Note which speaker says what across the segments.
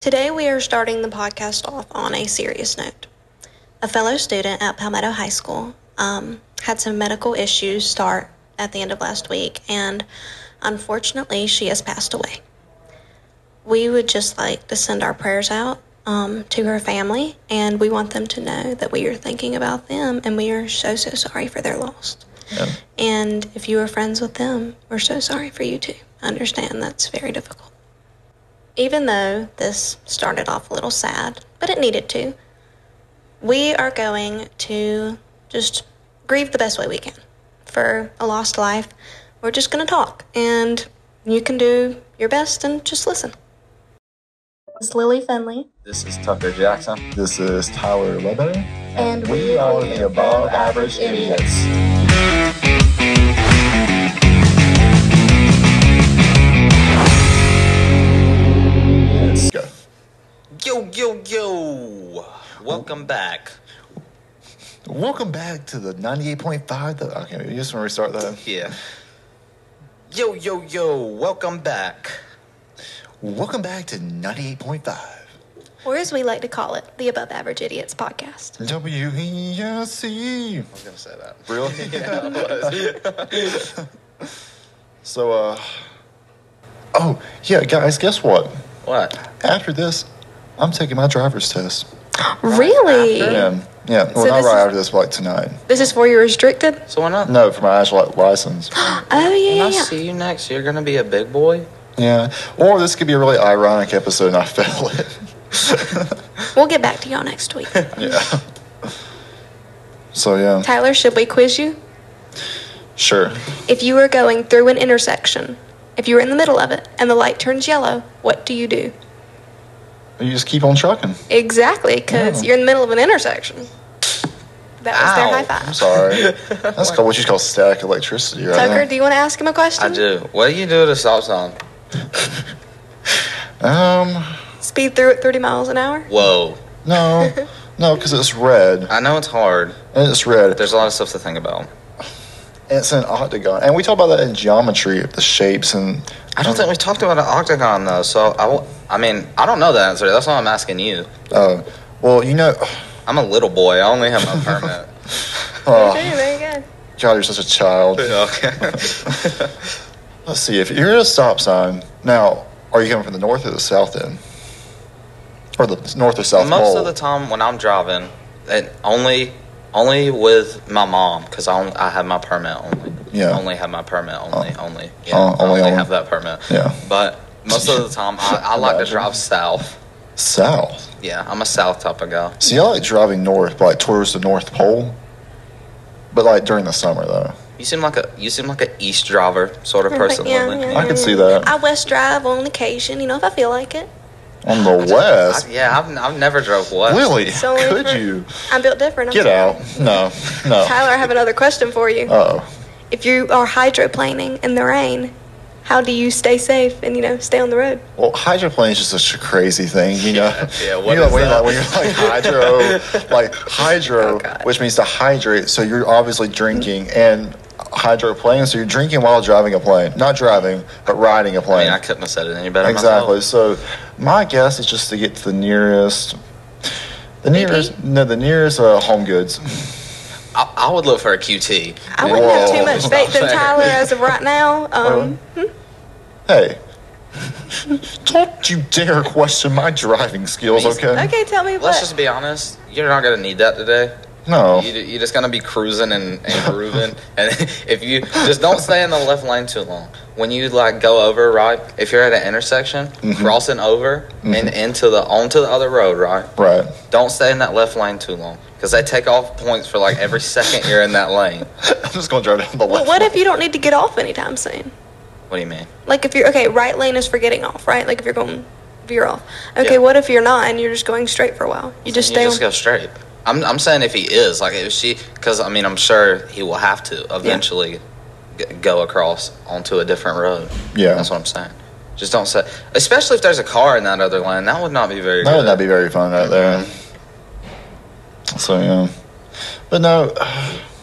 Speaker 1: Today, we are starting the podcast off on a serious note. A fellow student at Palmetto High School um, had some medical issues start at the end of last week, and unfortunately, she has passed away. We would just like to send our prayers out um, to her family, and we want them to know that we are thinking about them and we are so, so sorry for their loss.
Speaker 2: Yeah.
Speaker 1: And if you were friends with them, we're so sorry for you too. I understand that's very difficult. Even though this started off a little sad, but it needed to, we are going to just grieve the best way we can for a lost life. We're just going to talk, and you can do your best and just listen. This is Lily Finley.
Speaker 2: This is Tucker Jackson.
Speaker 3: This is Tyler Lebetter.
Speaker 1: And we are the
Speaker 3: Above Average Idiots. Let's go.
Speaker 2: Yo, yo, yo! Welcome back.
Speaker 3: Welcome back to the 98.5. The, okay, you just want to restart that.
Speaker 2: Yeah. Yo, yo, yo! Welcome back.
Speaker 3: Welcome back to 98.5.
Speaker 1: Or as we like to call it, the Above Average Idiots podcast.
Speaker 3: WESC.
Speaker 2: I was gonna say that.
Speaker 3: E Really?
Speaker 2: Yeah, it was.
Speaker 3: So, uh. Oh, yeah, guys, guess what?
Speaker 2: what?
Speaker 3: After this, I'm taking my driver's test.
Speaker 1: Really?
Speaker 3: Yeah, yeah. well, not
Speaker 1: this
Speaker 3: right
Speaker 1: is-
Speaker 3: after this, but like tonight.
Speaker 1: This is for your restricted?
Speaker 2: So why not?
Speaker 3: No, for my actual like, license.
Speaker 1: Oh,
Speaker 2: When
Speaker 1: yeah,
Speaker 2: I
Speaker 1: yeah, yeah.
Speaker 2: see you next, you're gonna be a big boy.
Speaker 3: yeah. Or this could be a really ironic episode and I fail it.
Speaker 1: We'll get back to y'all next week.
Speaker 3: yeah. So, yeah.
Speaker 1: Tyler, should we quiz you?
Speaker 3: Sure.
Speaker 1: If you were going through an intersection, if you were in the middle of it and the light turns yellow, what do you do?
Speaker 3: You just keep on trucking.
Speaker 1: Exactly, because
Speaker 3: Oh.
Speaker 1: you're in the middle of an intersection. That was
Speaker 2: Ow.
Speaker 1: their high
Speaker 3: I'm
Speaker 1: five.
Speaker 3: sorry. That's called what you call static electricity, right?
Speaker 1: Tucker, do you want to ask him a question?
Speaker 2: I do. What do you do at a stop sign?
Speaker 3: um,
Speaker 1: Speed through at 30 miles an hour?
Speaker 2: Whoa.
Speaker 3: no. No, because it's red.
Speaker 2: I know it's hard.
Speaker 3: And it's red.
Speaker 2: There's a lot of stuff to think about.
Speaker 3: And it's an octagon. And we talk about that in geometry, the shapes and.
Speaker 2: I don't think we talked about an octagon though. So I, w- I mean, I don't know the answer. That's why I'm asking you.
Speaker 3: Uh, well, you know.
Speaker 2: I'm a little boy. I only have my permit.
Speaker 3: Oh,
Speaker 1: Okay, there you go.
Speaker 3: God, you're such a child.
Speaker 2: okay.
Speaker 3: Let's see. If you're at a stop sign now, are you coming from the north or the south end, or the north or south
Speaker 2: Most
Speaker 3: pole?
Speaker 2: of the time when I'm driving, and only only with my mom because I, only- I have my permit only.
Speaker 3: Yeah.
Speaker 2: Only have my permit only only. Yeah,
Speaker 3: Oh,
Speaker 2: I
Speaker 3: only,
Speaker 2: only,
Speaker 3: only.
Speaker 2: have that permit.
Speaker 3: Yeah.
Speaker 2: But most of the time I, I like to
Speaker 3: Imagine.
Speaker 2: drive south.
Speaker 3: south.
Speaker 2: Yeah, I'm a south type of guy.
Speaker 3: See, I like driving north, but like towards the North Pole. But like during the summer, though,
Speaker 2: You seem like a you seem like a east driver sort of person. Lily.
Speaker 3: I could see that.
Speaker 1: I West Drive on occasion, you know, if I feel like it.
Speaker 3: on the west.
Speaker 2: I- yeah, I've, I've never drove west.
Speaker 3: Lily,
Speaker 1: It's only
Speaker 3: could
Speaker 1: for-
Speaker 3: you
Speaker 1: I'm built different. I'm
Speaker 3: get
Speaker 1: sorry.
Speaker 3: out? No, no.
Speaker 1: Tyler, I have another question for you.
Speaker 3: Oh,
Speaker 1: if you are hydroplaning in the rain, how do you stay safe and you know stay on the road?
Speaker 3: well, hydroplane is just such a crazy thing, you know.
Speaker 2: Yeah, yeah, what
Speaker 3: you know,
Speaker 2: is
Speaker 3: when, you're
Speaker 2: that?
Speaker 3: Like, when you're like hydro, like hydro,
Speaker 1: Oh, God.
Speaker 3: which means to hydrate. So you're obviously drinking and hydroplane. So you're drinking while driving a plane, not driving, but riding a
Speaker 2: I
Speaker 3: plane.
Speaker 2: mean, I couldn't have said it any better.
Speaker 3: Exactly.
Speaker 2: Myself.
Speaker 3: So my guess is just to get to the nearest, the
Speaker 1: BP?
Speaker 3: nearest, no, the nearest uh, Home Goods.
Speaker 2: I, I would look for a QT.
Speaker 1: I wouldn't have too
Speaker 3: Whoa.
Speaker 1: much faith in
Speaker 2: Stop
Speaker 1: Tyler
Speaker 2: there.
Speaker 1: as of right now. Um,
Speaker 3: Hey, don't you dare question my driving skills, okay?
Speaker 1: okay, tell me
Speaker 2: Let's
Speaker 1: what.
Speaker 2: just be honest. You're not gonna need that today.
Speaker 3: No.
Speaker 2: You, you're just gonna be cruising and, and grooving, and if you just don't stay in the left lane too long. When you like go over, right? If you're at an intersection, crossing over and into the onto the other road, right?
Speaker 3: Right.
Speaker 2: Don't stay in that left lane too long because they take off points for like every second you're in that lane.
Speaker 3: I'm just gonna drive down the
Speaker 1: Well,
Speaker 3: left.
Speaker 1: what if you don't need to get off anytime soon?
Speaker 2: What do you mean?
Speaker 1: Like if you're okay, right lane is for getting off, right? Like if you're going veer off. Okay,
Speaker 2: Yeah.
Speaker 1: what if you're not and you're just going straight for a while? You just
Speaker 2: you
Speaker 1: stay.
Speaker 2: just
Speaker 1: on,
Speaker 2: go straight. I'm, I'm saying if he is like if she, because I mean I'm sure he will have to eventually g- go across onto a different road.
Speaker 3: Yeah.
Speaker 2: that's what I'm saying. Just don't say, especially if there's a car in that other lane. That would not be very.
Speaker 3: That
Speaker 2: good.
Speaker 3: would not be very fun right there. So yeah, but no,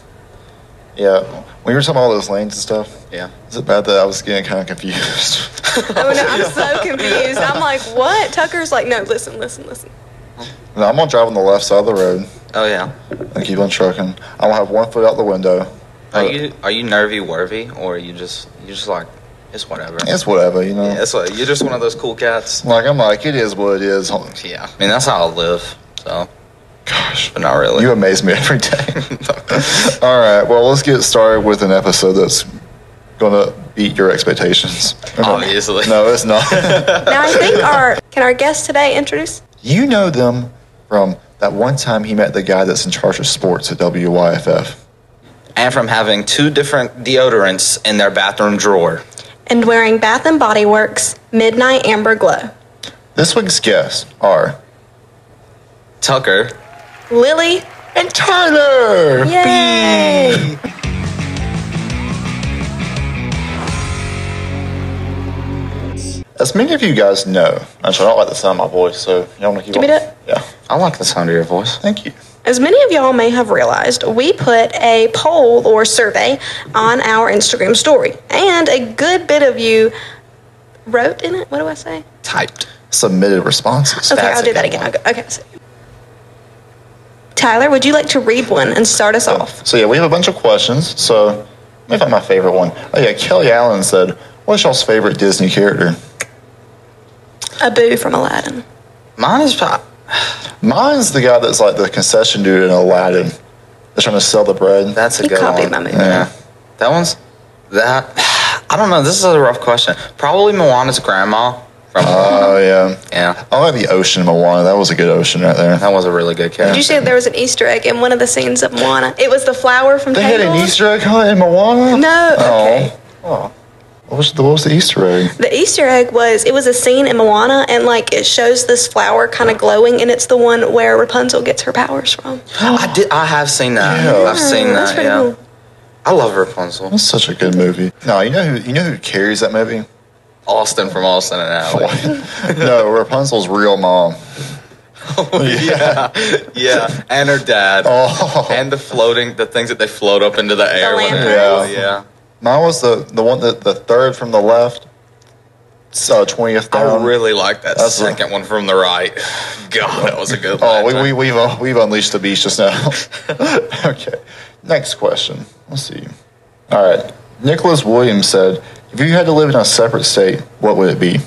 Speaker 3: Yeah. When you were talking about all those lanes and stuff,
Speaker 2: Yeah.
Speaker 3: is it bad that I was getting kind of confused?
Speaker 1: Oh no, I'm so confused. I'm like, what? Tucker's like, no, listen, listen, listen.
Speaker 3: no, I'm gonna drive on the left side of the road
Speaker 2: Oh yeah.
Speaker 3: and keep on trucking. I'm gonna have one foot out the window.
Speaker 2: Are
Speaker 3: Uh,
Speaker 2: you are you nervy worthy or are you just you just like it's whatever.
Speaker 3: It's whatever, you know.
Speaker 2: yeah, it's what you're just one of those cool cats.
Speaker 3: Like I'm like, it is what it is.
Speaker 2: Yeah. I mean that's how I live. So
Speaker 3: Gosh,
Speaker 2: but not really.
Speaker 3: you amaze me every day. All right, well, let's get started with an episode that's gonna beat your expectations.
Speaker 2: Obviously.
Speaker 3: No, it's not.
Speaker 1: Now I think our can our guest today introduce?
Speaker 3: you know them from that one time he met the guy that's in charge of sports at WYFF.
Speaker 2: And from having two different deodorants in their bathroom drawer.
Speaker 1: And wearing Bath and Body Works Midnight Amber Glow.
Speaker 3: This week's guests are
Speaker 2: Tucker.
Speaker 1: Lily,
Speaker 3: and Tyler.
Speaker 1: yay!
Speaker 3: As many of you guys know, actually, I don't like the sound of my voice, so y'all want to keep
Speaker 1: Give me
Speaker 3: on-
Speaker 1: that.
Speaker 3: Yeah,
Speaker 2: I like the sound of your voice.
Speaker 3: thank you.
Speaker 1: As many of y'all may have realized, we put a poll or survey on our Instagram story, and a good bit of you wrote in it. What do I say?
Speaker 2: Typed.
Speaker 3: Submitted responses.
Speaker 1: Okay,
Speaker 2: That's
Speaker 1: I'll do
Speaker 2: a
Speaker 1: that
Speaker 2: good
Speaker 1: again.
Speaker 2: one.
Speaker 1: I'll go, okay. so- Tyler, would you like to read one and start us off?
Speaker 3: So yeah, we have a bunch of questions. So let me find my favorite one. Oh yeah, Kelly Allen said, "What's y'all's favorite Disney character?"
Speaker 1: Abu from Aladdin.
Speaker 2: Mine is pro-
Speaker 3: Mine's the guy that's like the concession dude in Aladdin. That's trying to sell the bread.
Speaker 2: That's a
Speaker 1: You
Speaker 2: good
Speaker 1: copied
Speaker 2: one.
Speaker 1: my movie.
Speaker 2: Yeah. That one's that I don't know, this is a rough question. Probably Moana's grandma from uh,
Speaker 3: Oh yeah.
Speaker 2: Yeah.
Speaker 3: I like the ocean Moana. That was a good ocean right there.
Speaker 2: That was a really good
Speaker 1: Did
Speaker 2: character.
Speaker 1: you see that there was an Easter egg in one of the scenes of Moana? It was the flower from
Speaker 3: They had an
Speaker 1: Tangled.
Speaker 3: Easter egg hunt in Moana.
Speaker 1: No, okay.
Speaker 3: Oh. oh. What was the, what was the Easter egg?
Speaker 1: The Easter egg was it was a scene in Moana, and like it shows this flower kind of glowing, and it's the one where Rapunzel gets her powers from.
Speaker 2: I did I have seen that.
Speaker 3: Yeah.
Speaker 2: I've
Speaker 1: Yeah,
Speaker 2: seen
Speaker 1: Hmm, that's
Speaker 2: that,
Speaker 1: pretty
Speaker 2: yeah.
Speaker 1: cool.
Speaker 2: I love Rapunzel.
Speaker 3: That's such a good movie. No, you know who you know who carries that movie?
Speaker 2: Austin from Austin and Alley.
Speaker 3: no, Rapunzel's real mom.
Speaker 2: Oh, yeah. yeah. And her dad.
Speaker 3: Oh.
Speaker 2: And the floating the things that they float up into the air when they
Speaker 1: lanterns?
Speaker 2: yeah.
Speaker 3: Mine was the the one that the third from the left. So twentieth down.
Speaker 2: I really like that
Speaker 3: That's a-
Speaker 2: second one from the right. God, that was a good
Speaker 3: Oh, we,
Speaker 2: lantern.
Speaker 3: we we've uh, we've unleashed the beast just now. okay, next question. Let's see. All right, Nicholas Williams said, "If you had to live in a separate state, what would it be?"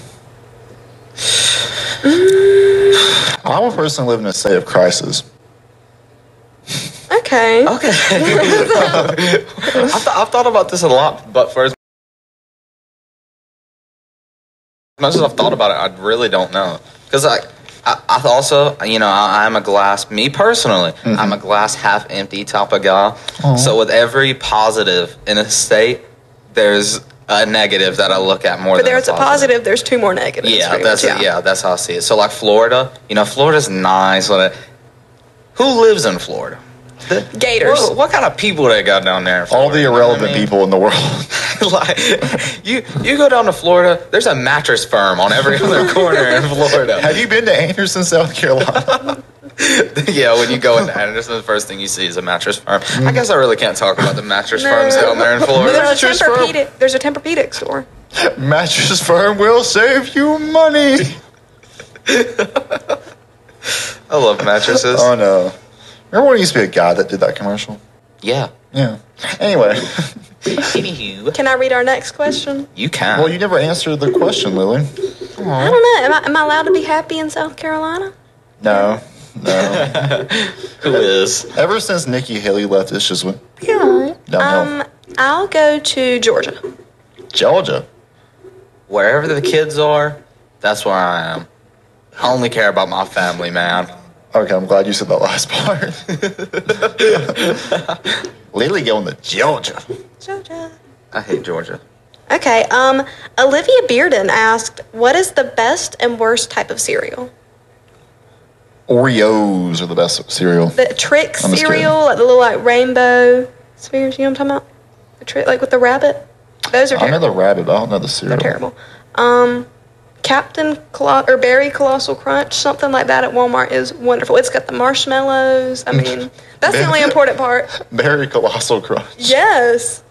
Speaker 2: Mm.
Speaker 3: I would personally live in a state of crisis.
Speaker 1: Okay.
Speaker 2: Okay. I've, th- I've thought about this a lot, but for as much as I've thought about it, I really don't know. Because I, I, I also, you know, I, I'm a glass, me personally, I'm a glass half empty type of guy. So with every positive in a state, there's a negative that I look at more
Speaker 1: But
Speaker 2: than
Speaker 1: there's a positive. There's two more negatives.
Speaker 2: yeah,
Speaker 1: pretty
Speaker 2: that's
Speaker 1: much,
Speaker 2: yeah. that's how I see it. So like Florida, you know, Florida's nice. What I- who lives in Florida? The-
Speaker 1: Gators.
Speaker 2: What, what kind of people they got down there? in
Speaker 3: All the
Speaker 2: Florida, you know what I
Speaker 3: irrelevant
Speaker 2: mean?
Speaker 3: people in the world.
Speaker 2: like you, you go down to Florida. There's a mattress firm on every other corner in Florida.
Speaker 3: Have you been to Anderson, South Carolina?
Speaker 2: yeah, when you go into Anderson, the first thing you see is a mattress firm. I guess I really can't talk about the mattress
Speaker 1: No.
Speaker 2: firms down there in
Speaker 1: But
Speaker 2: Florida.
Speaker 1: there's a
Speaker 3: Mattress firm.
Speaker 1: Tempur-Pedic. There's a Tempur-Pedic store.
Speaker 3: Mattress firm will save you money.
Speaker 2: I love mattresses.
Speaker 3: Oh no! Remember when it used to be a guy that did that commercial?
Speaker 2: yeah.
Speaker 3: Yeah. Anyway,
Speaker 2: Anywho,
Speaker 1: Can I read our next question?
Speaker 2: you can.
Speaker 3: well, you never answered the question, Lily.
Speaker 1: I don't know. Am I, am I allowed to be happy in South Carolina?
Speaker 3: No, no.
Speaker 2: who is?
Speaker 3: Ever since Nikki Haley left, it's just went
Speaker 1: Yeah.
Speaker 3: downhill.
Speaker 1: Um, I'll go to Georgia.
Speaker 3: Georgia.
Speaker 2: Wherever the kids are, that's where I am. I only care about my family, man.
Speaker 3: Okay, I'm glad you said that last part. Lily going to Georgia.
Speaker 1: Georgia.
Speaker 2: I hate Georgia.
Speaker 1: Okay. Um, Olivia Bearden asked, "What is the best and worst type of cereal?
Speaker 3: Oreos are the best cereal.
Speaker 1: The trick
Speaker 3: I'm just
Speaker 1: cereal, like the little like rainbow spheres. You know what I'm talking about? The trick, like with the rabbit. Those are
Speaker 3: I know
Speaker 1: terrible.
Speaker 3: the rabbit. I don't know the
Speaker 1: They're
Speaker 3: cereal.
Speaker 1: terrible. Um, Captain Colo- or Berry Colossal Crunch, something like that at Walmart is wonderful. It's got the marshmallows. I mean, that's the only important part.
Speaker 3: Berry Colossal Crunch.
Speaker 1: Yes.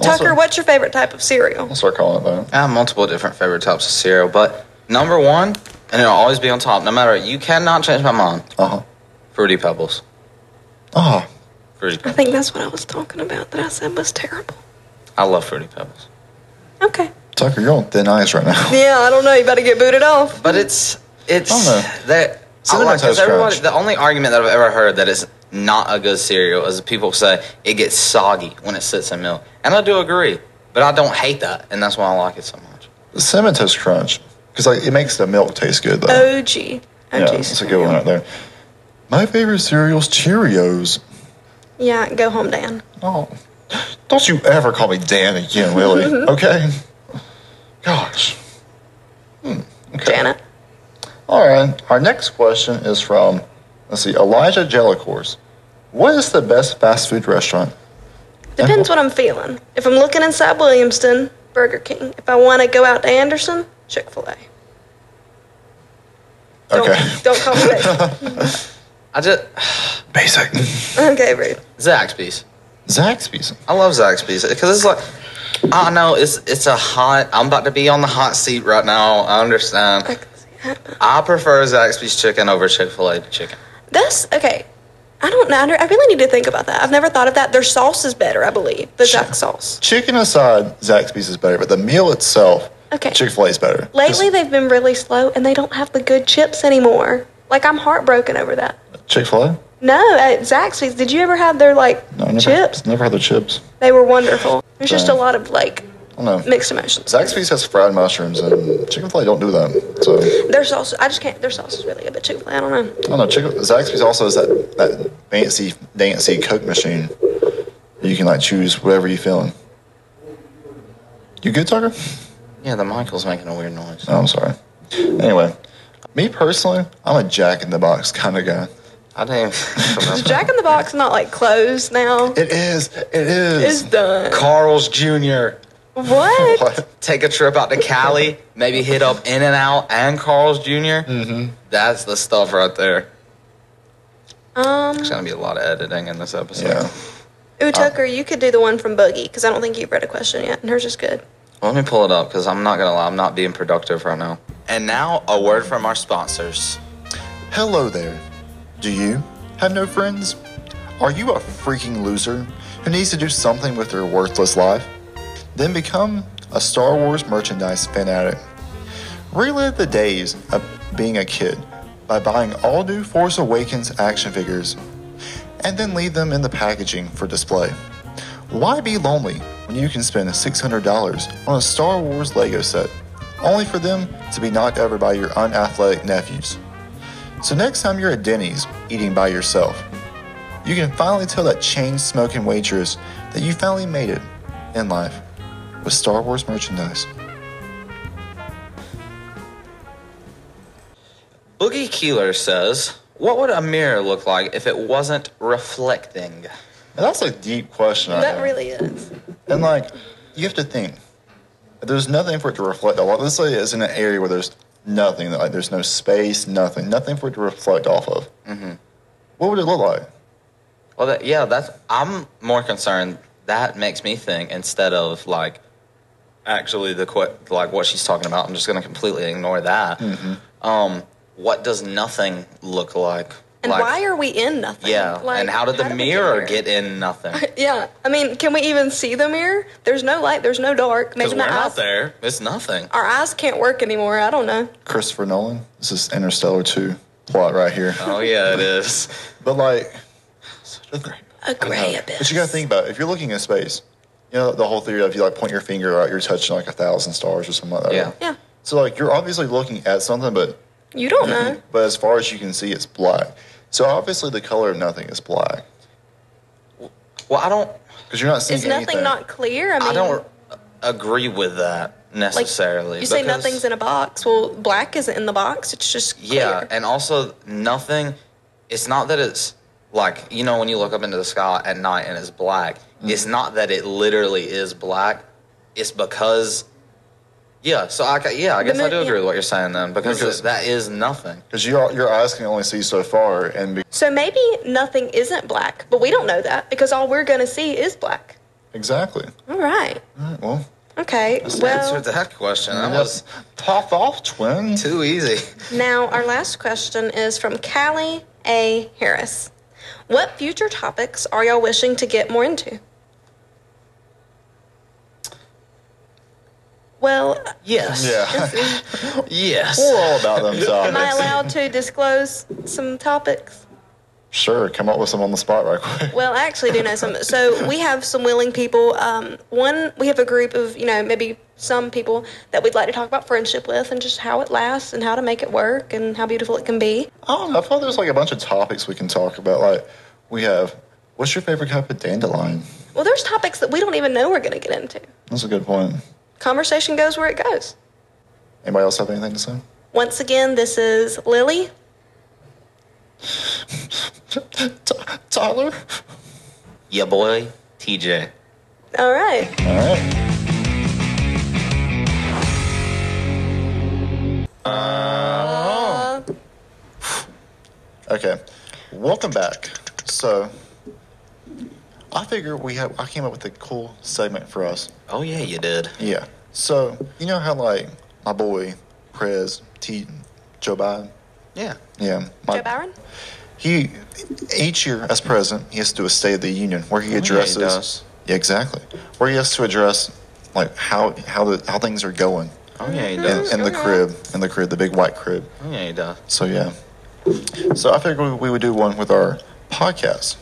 Speaker 1: Tucker,
Speaker 3: Also-
Speaker 1: what's your favorite type of cereal?
Speaker 3: I'll start calling it that.
Speaker 2: I have multiple different favorite types of cereal, but number one, and it'll always be on top, no matter. You cannot change my mind.
Speaker 3: Uh huh.
Speaker 2: Fruity Pebbles.
Speaker 3: Ah,
Speaker 2: Fruity.
Speaker 1: I
Speaker 2: Pebbles.
Speaker 1: think that's what I was talking about that I said was terrible.
Speaker 2: I love Fruity Pebbles.
Speaker 1: Okay.
Speaker 3: Tucker, you're on thin ice right now.
Speaker 1: Yeah, I don't know. You better get booted off.
Speaker 2: But it's it's
Speaker 3: I don't know.
Speaker 2: that I
Speaker 3: Cinnamon
Speaker 2: like 'cause
Speaker 3: Toast
Speaker 2: everybody.
Speaker 3: Crunch.
Speaker 2: The only argument that I've ever heard that it's not a good cereal is people say it gets soggy when it sits in milk, and I do agree. But I don't hate that, and that's why I like it so much.
Speaker 3: Cinnamon Toast Crunch. Because like, it makes the milk taste good, though.
Speaker 1: OG.
Speaker 3: yeah, that's a good one right there. My favorite cereal's Cheerios.
Speaker 1: Yeah, go home, Dan.
Speaker 3: Oh, don't you ever call me Dan again, Lily. okay? Gosh. Hmm. Okay.
Speaker 1: Janet.
Speaker 3: All right. Our next question is from, let's see, Elijah Jellicorse. What is the best fast food restaurant?
Speaker 1: Depends what I'm feeling. If I'm looking inside Williamston, Burger King. If I want to go out to Anderson, Chick fil A. Don't,
Speaker 3: Okay.
Speaker 1: don't call me that.
Speaker 2: I just
Speaker 3: Basic.
Speaker 1: okay, rude.
Speaker 2: Zaxby's.
Speaker 3: Zaxby's.
Speaker 2: I love Zaxby's because it's like I don't know. It's it's a hot. I'm about to be on the hot seat right now. I
Speaker 1: I
Speaker 2: understand.
Speaker 1: can see it happen.
Speaker 2: I prefer Zaxby's chicken over Chick Fil A chicken.
Speaker 1: That's okay. I don't know. I don't- I really need to think about that. I've never thought of that. Their sauce is better, I believe. The Jack sauce.
Speaker 3: Chicken aside, Zaxby's is better, but the meal itself,
Speaker 1: Okay.
Speaker 3: Chick fil A is better.
Speaker 1: Lately, they've been really slow and they don't have the good chips anymore. Like, I'm heartbroken over that.
Speaker 3: Chick fil A?
Speaker 1: No, at Zaxby's, did you ever have their, like,
Speaker 3: No, I never,
Speaker 1: chips?
Speaker 3: Never had the chips.
Speaker 1: They were wonderful. There's just a
Speaker 3: Dang.
Speaker 1: lot of, like,
Speaker 3: I don't know.
Speaker 1: mixed emotions.
Speaker 3: Zaxby's has fried mushrooms, and Chick fil A don't do that. So, I
Speaker 1: Their sauce, I just can't, their sauce is really good, but Chick fil A, I don't know.
Speaker 3: don't know. Chick- Zaxby's also has that, that fancy, dancy Coke machine. You can, like, choose whatever you're feeling. You good, Tucker?
Speaker 2: Yeah, the Michael's making a weird noise.
Speaker 3: Oh, I'm sorry. Anyway, me personally, I'm a jack in the box kind of guy.
Speaker 2: I didn't. Even
Speaker 1: Is Jack in the Box not, like, closed now?
Speaker 3: It is. It is.
Speaker 1: It's done.
Speaker 2: Carl's Jr.
Speaker 1: What?
Speaker 3: What?
Speaker 2: take a trip out to Cali, maybe hit up In and Out and Carl's Jr. Mm-hmm. That's the stuff right there.
Speaker 1: Um,
Speaker 2: There's gonna be a lot of editing in this episode.
Speaker 3: Yeah.
Speaker 1: ooh,
Speaker 2: Oh.
Speaker 1: Tucker, you could do the one from Boogie because I don't think you've read a question yet, and hers is good.
Speaker 2: Let me pull it up because I'm not gonna lie, I'm not being productive right now. And now a word from our sponsors.
Speaker 3: Hello there. Do you have no friends? Are you a freaking loser who needs to do something with their worthless life? Then become a Star Wars merchandise fanatic. Relive the days of being a kid by buying all new Force Awakens action figures and then leave them in the packaging for display. Why be lonely when you can spend $600 on a Star Wars Lego set, only for them to be knocked over by your unathletic nephews? So next time you're at Denny's eating by yourself, you can finally tell that chain smoking waitress that you finally made it in life with Star Wars merchandise.
Speaker 2: Boogie Keeler says, "What would a mirror look like if it wasn't reflecting?"
Speaker 3: And that's a deep question.
Speaker 2: Uh,
Speaker 3: I
Speaker 1: That
Speaker 3: think.
Speaker 1: really is.
Speaker 3: and like, you have to think. There's nothing for it to reflect off. of. Let's say it's in an area where there's nothing. Like there's no space, nothing, nothing for it to reflect off of.
Speaker 2: Mm-hmm.
Speaker 3: What would it look like?
Speaker 2: Well, that, yeah, that's. I'm more concerned. That makes me think instead of like, actually the que- like what she's talking about. I'm just gonna completely ignore that. Um, what does nothing look like?
Speaker 1: And
Speaker 2: like,
Speaker 1: why are we in nothing?
Speaker 2: yeah,
Speaker 1: Like,
Speaker 2: and how did the
Speaker 1: we
Speaker 2: mirror
Speaker 1: here?
Speaker 2: get in nothing?
Speaker 1: Yeah, I mean, can we even see the mirror? There's no light. There's no dark.
Speaker 2: Because
Speaker 1: Maybe
Speaker 2: we're
Speaker 1: my
Speaker 2: not
Speaker 1: eyes.
Speaker 2: there. It's nothing.
Speaker 1: Our eyes can't work anymore. I don't know.
Speaker 3: Christopher Nolan. This is Interstellar 2 plot right here.
Speaker 2: Oh yeah, it is.
Speaker 3: But like,
Speaker 1: A gray
Speaker 3: No.
Speaker 1: abyss.
Speaker 3: But you gotta think about it. if you're looking at space, you know the whole theory of you like point your finger out, you're touching like a thousand stars or something like that.
Speaker 2: Yeah.
Speaker 1: Yeah,
Speaker 3: So like you're obviously looking at something, but
Speaker 1: you don't know.
Speaker 2: Mm-hmm.
Speaker 3: but as far as you can see, it's black. So obviously the color of nothing is black
Speaker 2: Well, I don't.
Speaker 3: because you're not seeing
Speaker 1: Is nothing
Speaker 3: anything.
Speaker 1: not clear? I mean,
Speaker 2: I don't agree with that
Speaker 1: like
Speaker 2: necessarily.
Speaker 1: you say
Speaker 2: because-
Speaker 1: nothing's in a box. Well, black isn't in the box. It's just clear.
Speaker 2: Yeah, and also nothing. It's not that it's like you know when you look up into the sky at night and it's
Speaker 1: Mm-hmm.
Speaker 2: black. It's not that it literally is black. It's because Yeah, so I ca- yeah, I
Speaker 1: The
Speaker 2: guess I
Speaker 1: mo-
Speaker 2: do agree
Speaker 1: yeah.
Speaker 2: with what you're saying then because,
Speaker 3: Because-
Speaker 2: that is nothing.
Speaker 3: Because your your eyes can only see so far, and be-
Speaker 1: So maybe nothing isn't black, but we don't know that because all we're going to see is black.
Speaker 3: exactly.
Speaker 1: All right.
Speaker 3: All right, well,
Speaker 1: Okay.
Speaker 3: That's the
Speaker 1: well,
Speaker 2: Answer that question. That
Speaker 3: yeah.
Speaker 2: was
Speaker 3: pop off, twin.
Speaker 2: too easy.
Speaker 1: now our last question is from Callie A. Harris. What future topics are y'all wishing to get more into? Well,
Speaker 2: Yes.
Speaker 3: Yeah,
Speaker 2: Yes.
Speaker 3: we're all about them topics.
Speaker 1: am I allowed to disclose some topics?
Speaker 3: Sure, come up with some on the spot right quick.
Speaker 1: Well, I actually do know some. So we have some willing people. Um, one, we have a group of, you know, maybe some people that we'd like to talk about friendship with and just how it lasts and how to make it work and how beautiful it can be.
Speaker 3: I don't know. I thought there's like a bunch of topics we can talk about. Like we have, what's your favorite cup of dandelion?
Speaker 1: Well, there's topics that we don't even know we're going to get into.
Speaker 3: That's a good point.
Speaker 1: Conversation goes where it goes.
Speaker 3: Anybody else have anything to say?
Speaker 1: Once again, this is Lily.
Speaker 3: T- Tyler.
Speaker 2: Yeah, boy. TJ.
Speaker 1: All right.
Speaker 3: All right. Oh.
Speaker 1: Uh,
Speaker 3: Okay. Welcome back. So, I figure we have. I came up with a cool segment for us.
Speaker 2: Oh yeah, you did.
Speaker 3: Yeah. So you know how like my boy, Prez, T, Joe Biden.
Speaker 2: Yeah.
Speaker 3: Yeah. My,
Speaker 1: Joe Byron?
Speaker 3: He each year as president, he has to do a State of the Union where he
Speaker 2: yeah, he
Speaker 3: addresses.
Speaker 2: does.
Speaker 3: Yeah, exactly. Where he has to address like how how the how things are going
Speaker 2: Oh yeah, he
Speaker 3: in,
Speaker 2: does.
Speaker 3: in the crib, in the crib, the big white crib.
Speaker 2: Oh yeah, he does.
Speaker 3: So yeah. So I figured we, we would do one with our podcast,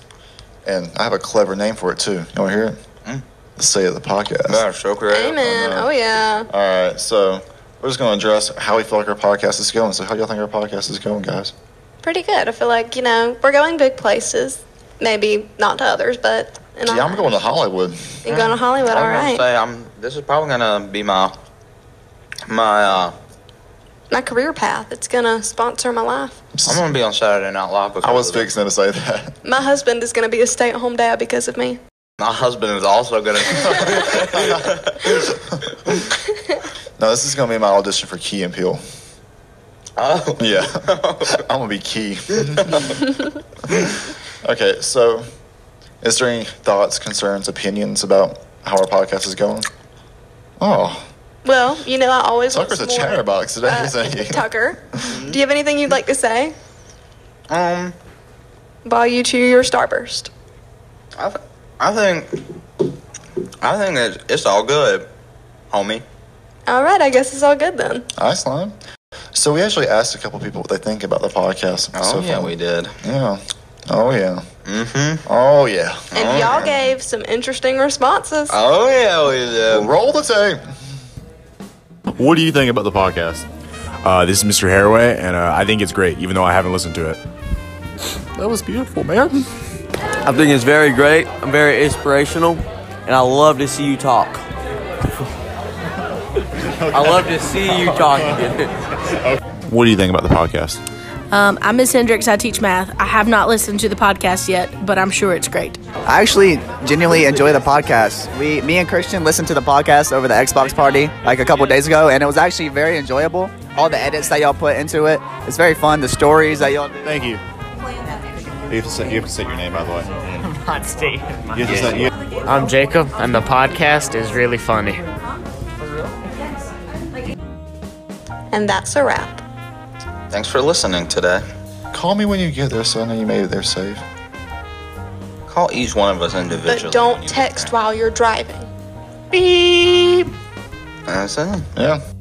Speaker 3: and I have a clever name for it too. You want to hear it?
Speaker 2: Hmm?
Speaker 3: The State of the Podcast.
Speaker 2: choke
Speaker 1: Amen.
Speaker 3: Uh-huh.
Speaker 1: Oh, yeah.
Speaker 3: All right, so we're just going to address how we feel like our podcast is going. So, how y'all think our podcast is going, guys?
Speaker 1: Pretty good. I feel like, you know, we're going big places. Maybe not to others, but. in
Speaker 3: Gee,
Speaker 1: our-
Speaker 3: I'm going to Hollywood.
Speaker 1: You're going to Hollywood, all
Speaker 2: I'm gonna
Speaker 1: right.
Speaker 2: say I'm. This is probably gonna be my my. uh
Speaker 1: my career path. It's gonna sponsor my life.
Speaker 2: I'm gonna be on Saturday Night Live. Because
Speaker 3: I was
Speaker 2: of that.
Speaker 3: fixing to say that.
Speaker 1: My husband is gonna be a stay-at-home dad because of me.
Speaker 2: My husband is also gonna.
Speaker 3: No, this is going to be my audition for Key and Peel.
Speaker 2: oh.
Speaker 3: Yeah, I'm going to be Key. okay, so is there any thoughts, concerns, opinions about how our podcast is going? Oh,
Speaker 1: Well, you know, I always want
Speaker 3: Tucker's a
Speaker 1: some more,
Speaker 3: chatterbox today,
Speaker 1: uh,
Speaker 3: isn't he?
Speaker 1: Tucker, do you have anything you'd like to say
Speaker 2: Um.
Speaker 1: while you chew your starburst?
Speaker 2: I, th- I think. I think it's, it's all good, homie.
Speaker 1: All right, I guess it's all good then.
Speaker 3: Hi, Slime. So, we actually asked a couple people what they think about the podcast. so far.
Speaker 2: Oh, did.
Speaker 3: Yeah. Oh, yeah.
Speaker 2: Mm-hmm.
Speaker 3: Oh, yeah.
Speaker 1: And
Speaker 2: All
Speaker 1: y'all
Speaker 2: right.
Speaker 1: gave some interesting responses.
Speaker 2: Oh yeah, we did.
Speaker 3: Roll the tape.
Speaker 4: What do you think about the podcast?
Speaker 5: Uh, this is Mr. Haraway, and uh, I think it's great, even though I haven't listened to it. That was beautiful, man.
Speaker 6: I think it's very great. I'm very inspirational, and I love to see you talk. I love to see you talking.
Speaker 5: What do you think about the podcast?
Speaker 7: Um, I'm Miss Hendricks. I teach math. I have not listened to the podcast yet, but I'm sure it's great.
Speaker 8: I actually genuinely enjoy the podcast. We, me and Christian listened to the podcast over the Xbox party like a couple days ago, and it was actually very enjoyable. All the edits that y'all put into it, it's very fun. The stories that y'all do.
Speaker 5: Thank you. You have to say, you have to say your name, by the way.
Speaker 9: Hot Steve.
Speaker 5: You have to say, you-
Speaker 9: I'm Jacob, and the podcast is really funny.
Speaker 1: And that's a wrap.
Speaker 2: Thanks for listening today.
Speaker 3: Call me when you get there so I know you made it there safe.
Speaker 2: Call each one of us individually.
Speaker 1: But
Speaker 2: when
Speaker 1: don't
Speaker 2: you get
Speaker 1: text
Speaker 2: there.
Speaker 1: while you're driving.
Speaker 2: That's it.
Speaker 3: Yeah.